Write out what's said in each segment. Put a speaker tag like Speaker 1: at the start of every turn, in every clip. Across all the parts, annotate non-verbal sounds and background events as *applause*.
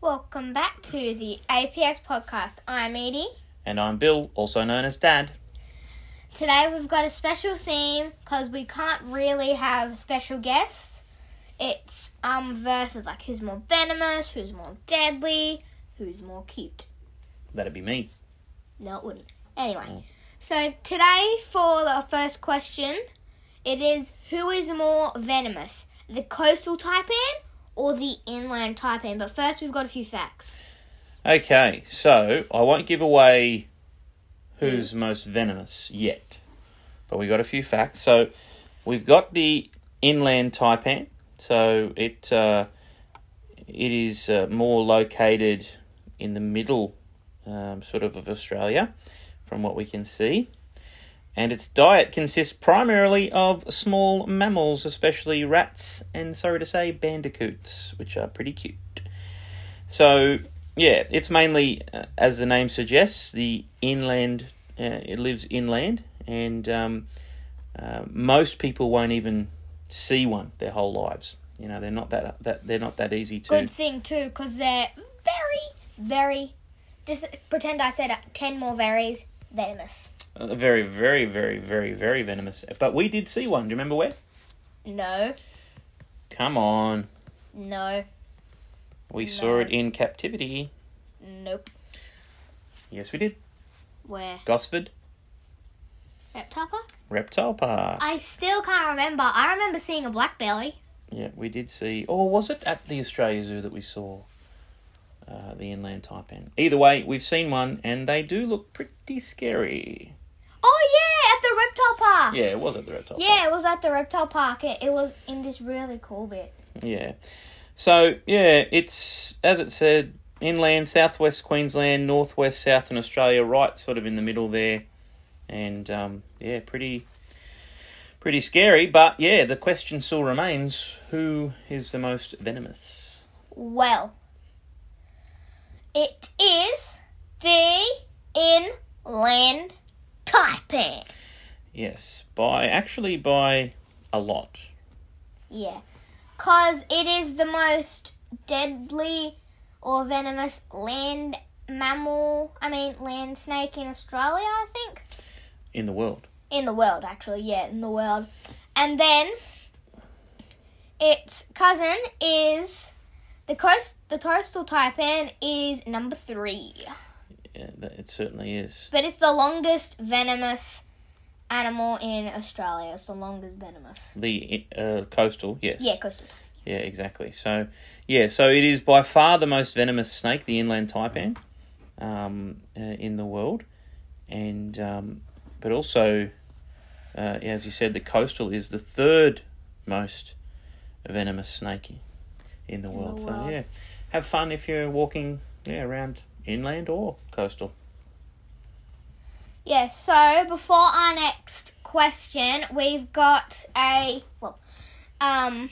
Speaker 1: Welcome back to the APS podcast. I'm Edie.
Speaker 2: And I'm Bill, also known as Dad.
Speaker 1: Today we've got a special theme because we can't really have special guests. It's um versus like who's more venomous, who's more deadly, who's more cute.
Speaker 2: That'd be me.
Speaker 1: No, it wouldn't. Anyway, so today for the first question, it is who is more venomous, the coastal taipan or the inland taipan? But first, we've got a few facts.
Speaker 2: Okay, so I won't give away who's most venomous yet, but we got a few facts. So we've got the inland taipan. So it uh, it is uh, more located in the middle, um, sort of, of Australia, from what we can see. And its diet consists primarily of small mammals, especially rats and, sorry to say, bandicoots, which are pretty cute. So, yeah, it's mainly, uh, as the name suggests, the inland. Uh, it lives inland, and um, uh, most people won't even see one their whole lives. You know, they're not that that they're not that easy to.
Speaker 1: Good thing too, because they're very, very. Just pretend I said uh, ten more varies venomous.
Speaker 2: Uh, very, very, very, very, very venomous. But we did see one. Do you remember where?
Speaker 1: No,
Speaker 2: Come on,
Speaker 1: no,
Speaker 2: we
Speaker 1: No.
Speaker 2: saw it in captivity.
Speaker 1: nope.
Speaker 2: Yes, we did.
Speaker 1: Where
Speaker 2: Gosford
Speaker 1: reptile park?
Speaker 2: Reptile Park.
Speaker 1: I still can't remember. I remember seeing a black belly.
Speaker 2: Yeah, we did see. Or was it at the Australia Zoo that we saw uh, the inland taipan? Either way, we've seen one, and they do look pretty scary.
Speaker 1: Oh yeah, at the reptile park.
Speaker 2: Yeah, it was at the reptile.
Speaker 1: Yeah, it was at the reptile park. It, it was in this really cool bit.
Speaker 2: Park. Yeah. So yeah, it's as it said, inland, southwest Queensland, northwest, southern Australia, right, sort of in the middle there, and um, yeah, pretty. Pretty scary, but yeah, the question still remains: Who is the most venomous?
Speaker 1: Well, it is the inland taipan.
Speaker 2: Yes, by actually by a lot.
Speaker 1: Yeah, cause it is the most deadly or venomous land mammal. I mean, land snake in Australia. I think
Speaker 2: in the world.
Speaker 1: in the world, actually. Yeah, in the world. And then its cousin is the coast. The coastal taipan is number three.
Speaker 2: Yeah, that- it certainly is.
Speaker 1: But it's the longest venomous animal in Australia. It's the longest venomous.
Speaker 2: The uh, coastal, yes.
Speaker 1: Yeah, coastal.
Speaker 2: Yeah, exactly. So, yeah, so it is by far the most venomous snake, the inland taipan, um, uh, in the world, and um, but also, uh, as you said, the coastal is the third most venomous snake in the world. So
Speaker 1: world.
Speaker 2: yeah, have fun if you're walking yeah around inland or coastal.
Speaker 1: Yeah, so before our next question, we've got a well um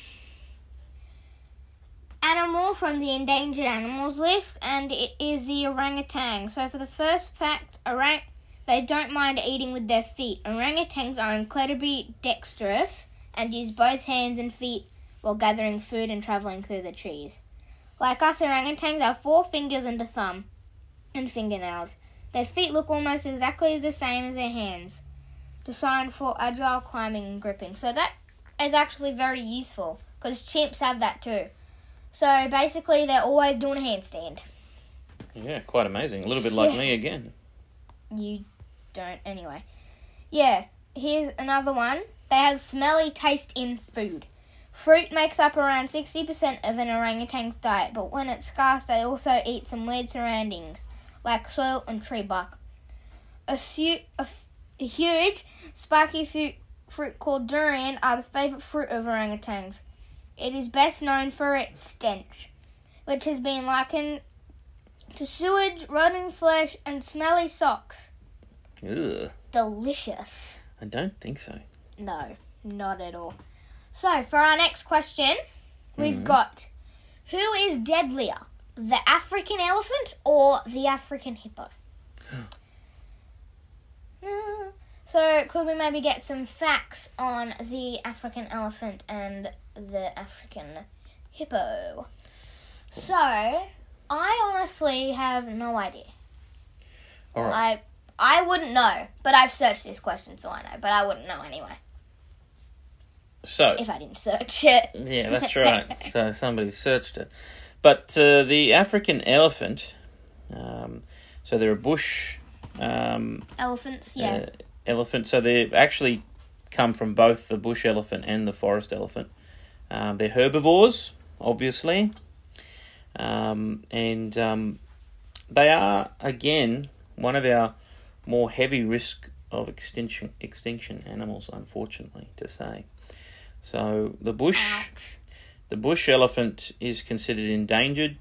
Speaker 1: animal from the endangered animals list and it is the orangutan. So for the first fact, orang they don't mind eating with their feet. Orangutans are incredibly dexterous and use both hands and feet while gathering food and traveling through the trees. Like us orangutans have four fingers and a thumb and fingernails. Their feet look almost exactly the same as their hands, designed for agile climbing and gripping. So that is actually very useful because chimps have that too. So basically, they're always doing a handstand.
Speaker 2: Yeah, quite amazing. A little bit like
Speaker 1: Yeah.
Speaker 2: me again.
Speaker 1: You don't, anyway. Yeah, here's another one. They have smelly taste in food. Fruit makes up around 60% of an orangutan's diet, but when it's scarce, they also eat some weird surroundings, like soil and tree bark. A, su- a, f- a huge, spiky fruit, fruit called durian are the favorite fruit of orangutans. It is best known for its stench, which has been likened to sewage, rotting flesh, and smelly socks.
Speaker 2: Ugh,
Speaker 1: Delicious.
Speaker 2: I don't think so.
Speaker 1: No, not at all. So, for our next question, we've
Speaker 2: Mhm.
Speaker 1: got who is deadlier, the African elephant or the African hippo? Mm, so, could we maybe get some facts on the African elephant and the African hippo? So, I honestly have no idea.
Speaker 2: All right.
Speaker 1: I I wouldn't know, but I've searched this question, so I know. But I wouldn't know anyway
Speaker 2: so
Speaker 1: if I didn't search it.
Speaker 2: yeah, that's right. so somebody searched it, but uh, the African elephant. Um, so they're a bush um,
Speaker 1: Elephants, yeah.
Speaker 2: uh, elephant. So they actually come from both the bush elephant and the forest elephant. Um, they're herbivores, obviously, um, and um, they are again one of our more heavy risk of extinction extinction animals. Unfortunately, to say. So the bush.
Speaker 1: Ouch.
Speaker 2: The bush elephant is considered endangered,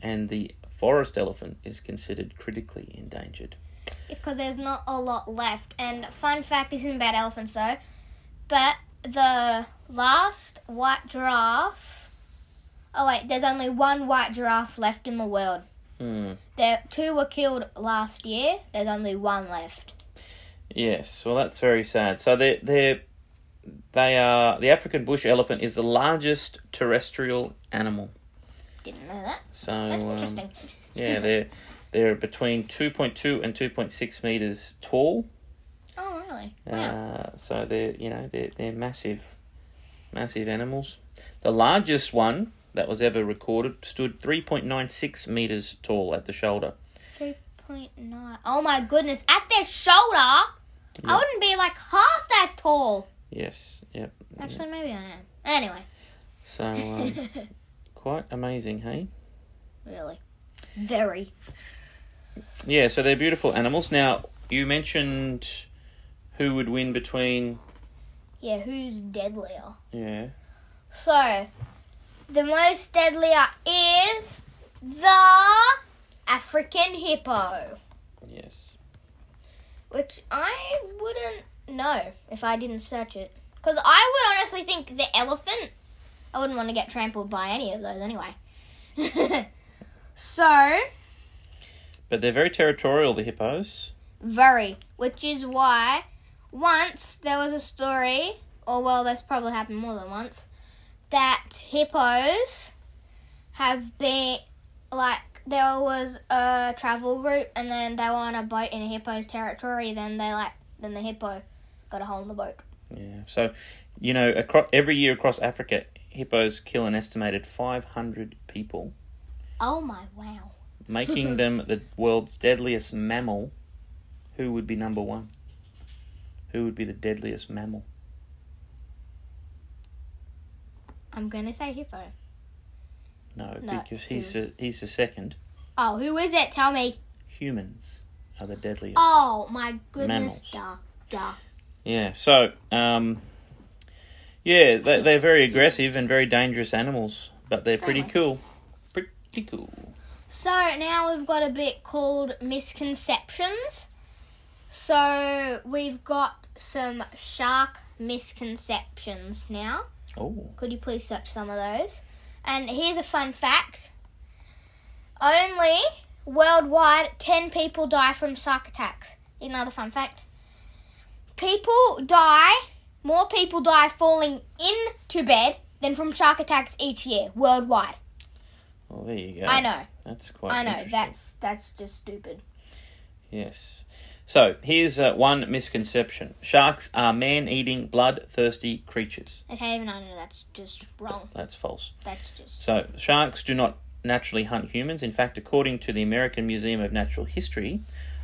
Speaker 2: and the forest elephant is considered critically endangered.
Speaker 1: Because there's not a lot left. And fun fact, this isn't about elephants though, but the last white giraffe. Oh wait, there's only one white giraffe left in the world.
Speaker 2: Hmm.
Speaker 1: There, two were killed last year. There's only one left.
Speaker 2: Yes, well, that's very sad. So they they they are the African bush elephant is the largest terrestrial animal.
Speaker 1: Didn't know that.
Speaker 2: So
Speaker 1: That's
Speaker 2: um,
Speaker 1: interesting.
Speaker 2: yeah, they're they're between two point two and two point six meters tall.
Speaker 1: Oh really? Wow.
Speaker 2: Uh, so they're you know they're they're massive, massive animals. The largest one that was ever recorded stood three point nine six meters tall at the shoulder.
Speaker 1: Three point nine. Oh my goodness! At their shoulder,
Speaker 2: Yeah.
Speaker 1: I wouldn't be like half that tall.
Speaker 2: Yes, yep.
Speaker 1: Actually, maybe I am. Anyway, *laughs*
Speaker 2: So um, quite amazing, hey.
Speaker 1: really, very.
Speaker 2: Yeah, so they're beautiful animals. Now, you mentioned who would win between.
Speaker 1: Yeah, who's deadlier?
Speaker 2: Yeah.
Speaker 1: So, the most deadlier is the African hippo,
Speaker 2: Yes.
Speaker 1: which I wouldn't know if I didn't search it. Because I would honestly think the elephant. I wouldn't want to get trampled by any of those anyway. *laughs* so,
Speaker 2: But they're very territorial, the hippos.
Speaker 1: Very. Which is why once there was a story, or well, that's probably happened more than once, that hippos have been like there was a travel route and then they were on a boat in a hippo's territory, then they like then the hippo got a hole in the boat.
Speaker 2: Yeah. So, you know, across, every year across Africa, hippos kill an estimated 500 people,
Speaker 1: Oh my wow. *laughs*
Speaker 2: making them the world's deadliest mammal. Who would be number one? Who would be the deadliest mammal?
Speaker 1: I'm gonna say hippo.
Speaker 2: No,
Speaker 1: No,
Speaker 2: because he's the, he's the second.
Speaker 1: Oh, who is it? Tell me.
Speaker 2: Humans are the deadliest.
Speaker 1: Oh my goodness.
Speaker 2: Mammals.
Speaker 1: Duh, duh.
Speaker 2: Yeah. So, um, yeah, they, they're very aggressive and very dangerous animals, but they're pretty
Speaker 1: Really?
Speaker 2: cool. Pretty cool.
Speaker 1: So now we've got a bit called misconceptions. So we've got some shark misconceptions now.
Speaker 2: Oh,
Speaker 1: Could you please search some of those? And here's a fun fact only worldwide 10 people die from shark attacks. Another fun fact. People die, more people die falling into bed than from shark attacks each year worldwide.
Speaker 2: well, there you go.
Speaker 1: I know,
Speaker 2: That's quite.
Speaker 1: I know.
Speaker 2: interesting.
Speaker 1: That's that's just stupid.
Speaker 2: yes. So here's uh, one misconception: sharks are man-eating, bloodthirsty creatures.
Speaker 1: Okay, even I know that's just wrong.
Speaker 2: That's false.
Speaker 1: That's just
Speaker 2: So sharks do not naturally hunt humans. In fact, according to the American Museum of Natural History,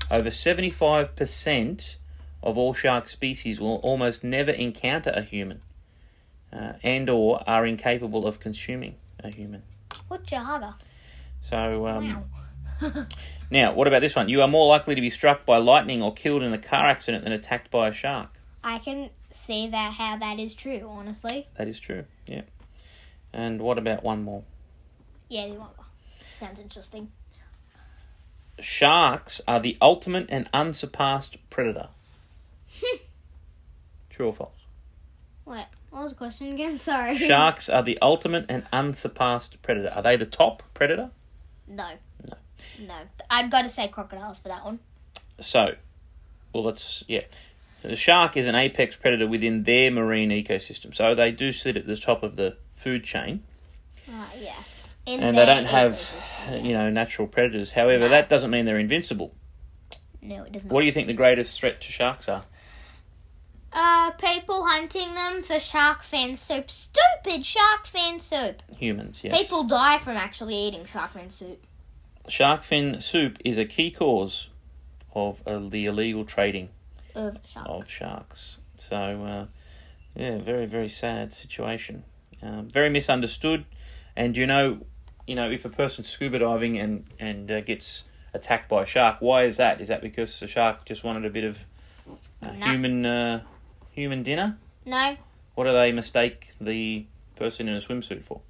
Speaker 2: over seventy-five percent of all shark species will almost never encounter a human, uh, and/or are incapable of consuming a human.
Speaker 1: what your hugger.
Speaker 2: So um,
Speaker 1: Wow.
Speaker 2: now, what about this one? You are more likely to be struck by lightning or killed in a car accident than attacked by a shark.
Speaker 1: I can see that how that is true, honestly.
Speaker 2: That is true. Yeah. And what about one more?
Speaker 1: Yeah, you want one. Sounds interesting.
Speaker 2: Sharks are the ultimate and unsurpassed predator. True or false?
Speaker 1: Wait, what was the question again? *laughs* Sorry.
Speaker 2: Sharks are the ultimate and unsurpassed predator. Are they the top predator?
Speaker 1: No.
Speaker 2: No.
Speaker 1: No. I've got to say crocodiles for that one.
Speaker 2: So, well, that's yeah. The shark is an apex predator within their marine ecosystem, so they do sit at the top of the food chain.
Speaker 1: Uh, yeah. in
Speaker 2: and they
Speaker 1: their
Speaker 2: don't have,
Speaker 1: ecosystem.
Speaker 2: you know, natural predators. However,
Speaker 1: No.
Speaker 2: that doesn't mean they're invincible.
Speaker 1: No, it doesn't.
Speaker 2: What do you think the greatest threat to sharks are?
Speaker 1: Uh, people hunting them for shark fin soup. Stupid shark fin soup.
Speaker 2: Humans, yes.
Speaker 1: People die from actually eating shark fin soup.
Speaker 2: Shark fin soup is a key cause of uh, the illegal trading
Speaker 1: Of shark.
Speaker 2: of sharks. So, uh, yeah, very very sad situation. Uh, very misunderstood, and you know, you know, if a person's scuba diving and and uh, gets attacked by a shark, why is that? Is that because the shark just wanted a bit of uh,
Speaker 1: Nah.
Speaker 2: human uh, human dinner?
Speaker 1: No,
Speaker 2: What do they mistake the person in a swimsuit for?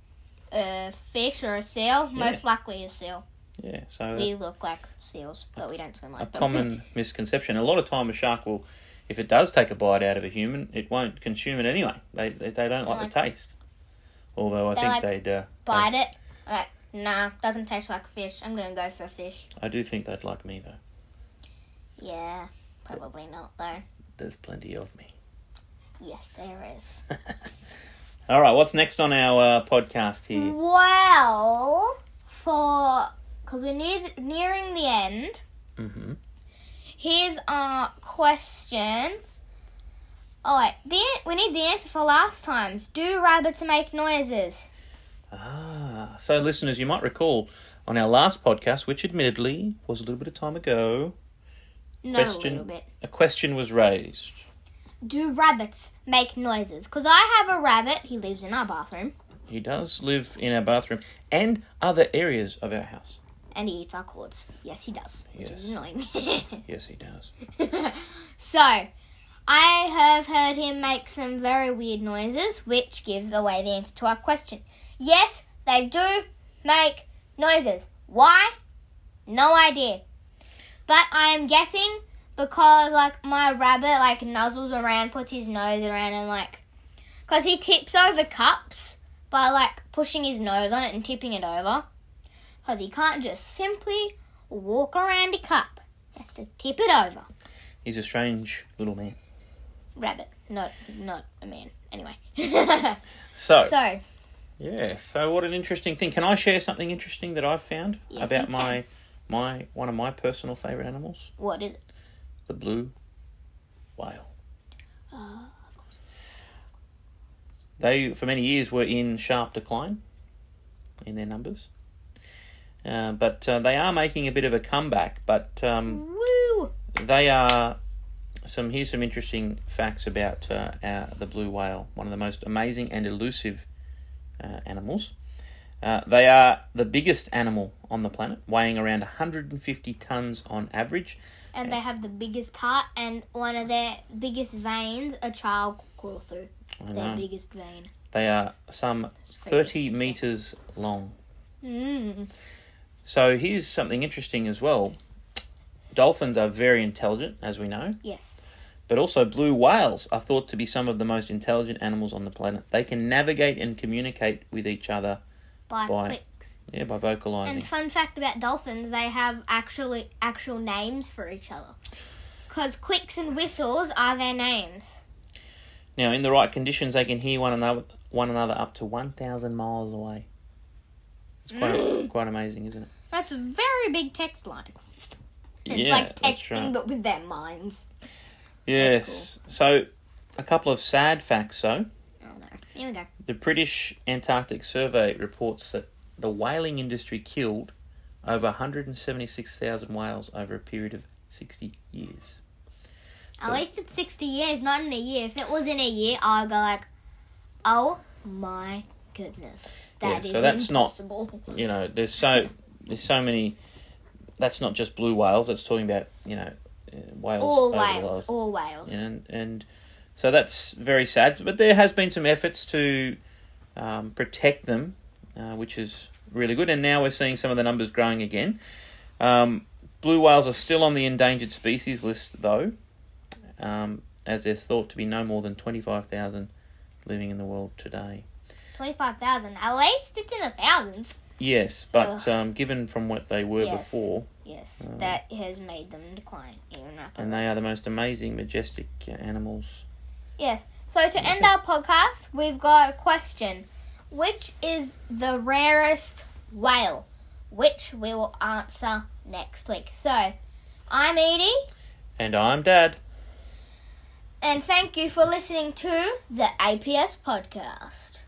Speaker 1: a Uh, fish or a seal. Most likely a seal.
Speaker 2: Yeah, so uh,
Speaker 1: We look like seals, but we don't swim
Speaker 2: a
Speaker 1: like them.
Speaker 2: common misconception. A lot of time a shark will, if it does take a bite out of a human, it won't consume it anyway. They they, they don't like the taste. Although I
Speaker 1: They
Speaker 2: think
Speaker 1: like
Speaker 2: they'd, uh,
Speaker 1: *laughs* Bite it. Like, nah, doesn't taste like fish. I'm gonna go for fish.
Speaker 2: I do think they'd like me though.
Speaker 1: Yeah, probably not though.
Speaker 2: There's plenty of me.
Speaker 1: Yes, there is.
Speaker 2: All right, what's next on our uh, podcast here?
Speaker 1: Well, for because we're near, nearing the end.
Speaker 2: Mm-hmm.
Speaker 1: Here's our question. All right, the, we need the answer for last times. Do rabbits make noises?
Speaker 2: Ah, so listeners, you might recall on our last podcast, which admittedly was a little bit of time ago,
Speaker 1: No,
Speaker 2: Question.
Speaker 1: a little bit.
Speaker 2: a question was raised.
Speaker 1: Do rabbits make noises? Because I have a rabbit. He lives in our bathroom
Speaker 2: He does live in our bathroom and other areas of our house.
Speaker 1: and he eats our cords. Yes, he does, which is
Speaker 2: Yes.
Speaker 1: annoying. *laughs*
Speaker 2: Yes, he does.
Speaker 1: so, I have heard him make some very weird noises, which gives away the answer to our question. Yes, they do make noises. Why? No idea. But I am guessing because, like, my rabbit, like, nuzzles around, puts his nose around, and, like, because he tips over cups by, like, pushing his nose on it and tipping it over. Because he can't just simply walk around a cup. He has to tip it over.
Speaker 2: He's a strange little man.
Speaker 1: rabbit, not not a man.
Speaker 2: *laughs*
Speaker 1: Anyway,
Speaker 2: So,
Speaker 1: so
Speaker 2: yeah, so what an interesting thing. Can I share something interesting that I've found
Speaker 1: Yes, you
Speaker 2: about
Speaker 1: can.
Speaker 2: my my one of my personal favorite animals,
Speaker 1: what is? It?
Speaker 2: the blue whale. Mm.
Speaker 1: Uh,
Speaker 2: They for many years were in sharp decline in their numbers. Uh, but uh, they are making a bit of a comeback, but um,
Speaker 1: woo!
Speaker 2: they are some here's some interesting facts about uh, our, the blue whale one of the most amazing and elusive uh, animals uh, they are the biggest animal on the planet weighing around 150 tons on average
Speaker 1: And they have the biggest heart, and one of their biggest veins a child could crawl through.
Speaker 2: I
Speaker 1: Their
Speaker 2: know.
Speaker 1: biggest vein.
Speaker 2: they are some
Speaker 1: creepy,
Speaker 2: 30
Speaker 1: isn't it?
Speaker 2: meters long
Speaker 1: Mm.
Speaker 2: so here's something interesting as well dolphins are very intelligent as we know
Speaker 1: Yes.
Speaker 2: But also, blue whales are thought to be some of the most intelligent animals on the planet. They can navigate and communicate with each other
Speaker 1: By
Speaker 2: By-
Speaker 1: clicks.
Speaker 2: yeah, by
Speaker 1: And
Speaker 2: vocalizing.
Speaker 1: fun fact about dolphins, they have actually actual names for each other. Because clicks and whistles are their names.
Speaker 2: now, in the right conditions, they can hear one another one another up to 1,000 miles away.
Speaker 1: *gasps*
Speaker 2: It's quite, quite amazing, isn't it?
Speaker 1: That's a very big text line. It's
Speaker 2: yeah,
Speaker 1: like
Speaker 2: that's
Speaker 1: texting,
Speaker 2: right.
Speaker 1: but with their minds.
Speaker 2: Yes. So, a couple of sad facts, though.
Speaker 1: Oh no. Here we go.
Speaker 2: The British Antarctic Survey reports that the whaling industry killed over 176,000 whales over a period of 60 years.
Speaker 1: At least it's 60 years, not in a year. If it was in a year, I would go like, oh my goodness.
Speaker 2: Yeah,
Speaker 1: that is
Speaker 2: so that's not-
Speaker 1: impossible.
Speaker 2: you know, there's so there's so many. That's not just blue whales. That's talking about you know uh, whales.
Speaker 1: All
Speaker 2: over the
Speaker 1: whales,
Speaker 2: last-
Speaker 1: all whales.
Speaker 2: and and so that's very sad. But there has been some efforts to um, protect them, uh, which is really good. And now we're seeing some of the numbers growing again. Um, blue whales are still on the endangered species list, though, um, as there's thought to be no more than twenty five thousand living in the world today.
Speaker 1: 25,000. At least it's in the thousands.
Speaker 2: Yes, but um, given from what they were
Speaker 1: Yes.
Speaker 2: before,
Speaker 1: Yes,
Speaker 2: Mm.
Speaker 1: that has made them decline even after.
Speaker 2: and they are the most amazing, majestic uh, animals.
Speaker 1: Yes. So to end our podcast, we've got a question. Which is the rarest whale, which we will answer next week. So, I'm Edie,
Speaker 2: And I'm Dad.
Speaker 1: and thank you for listening to the APS podcast.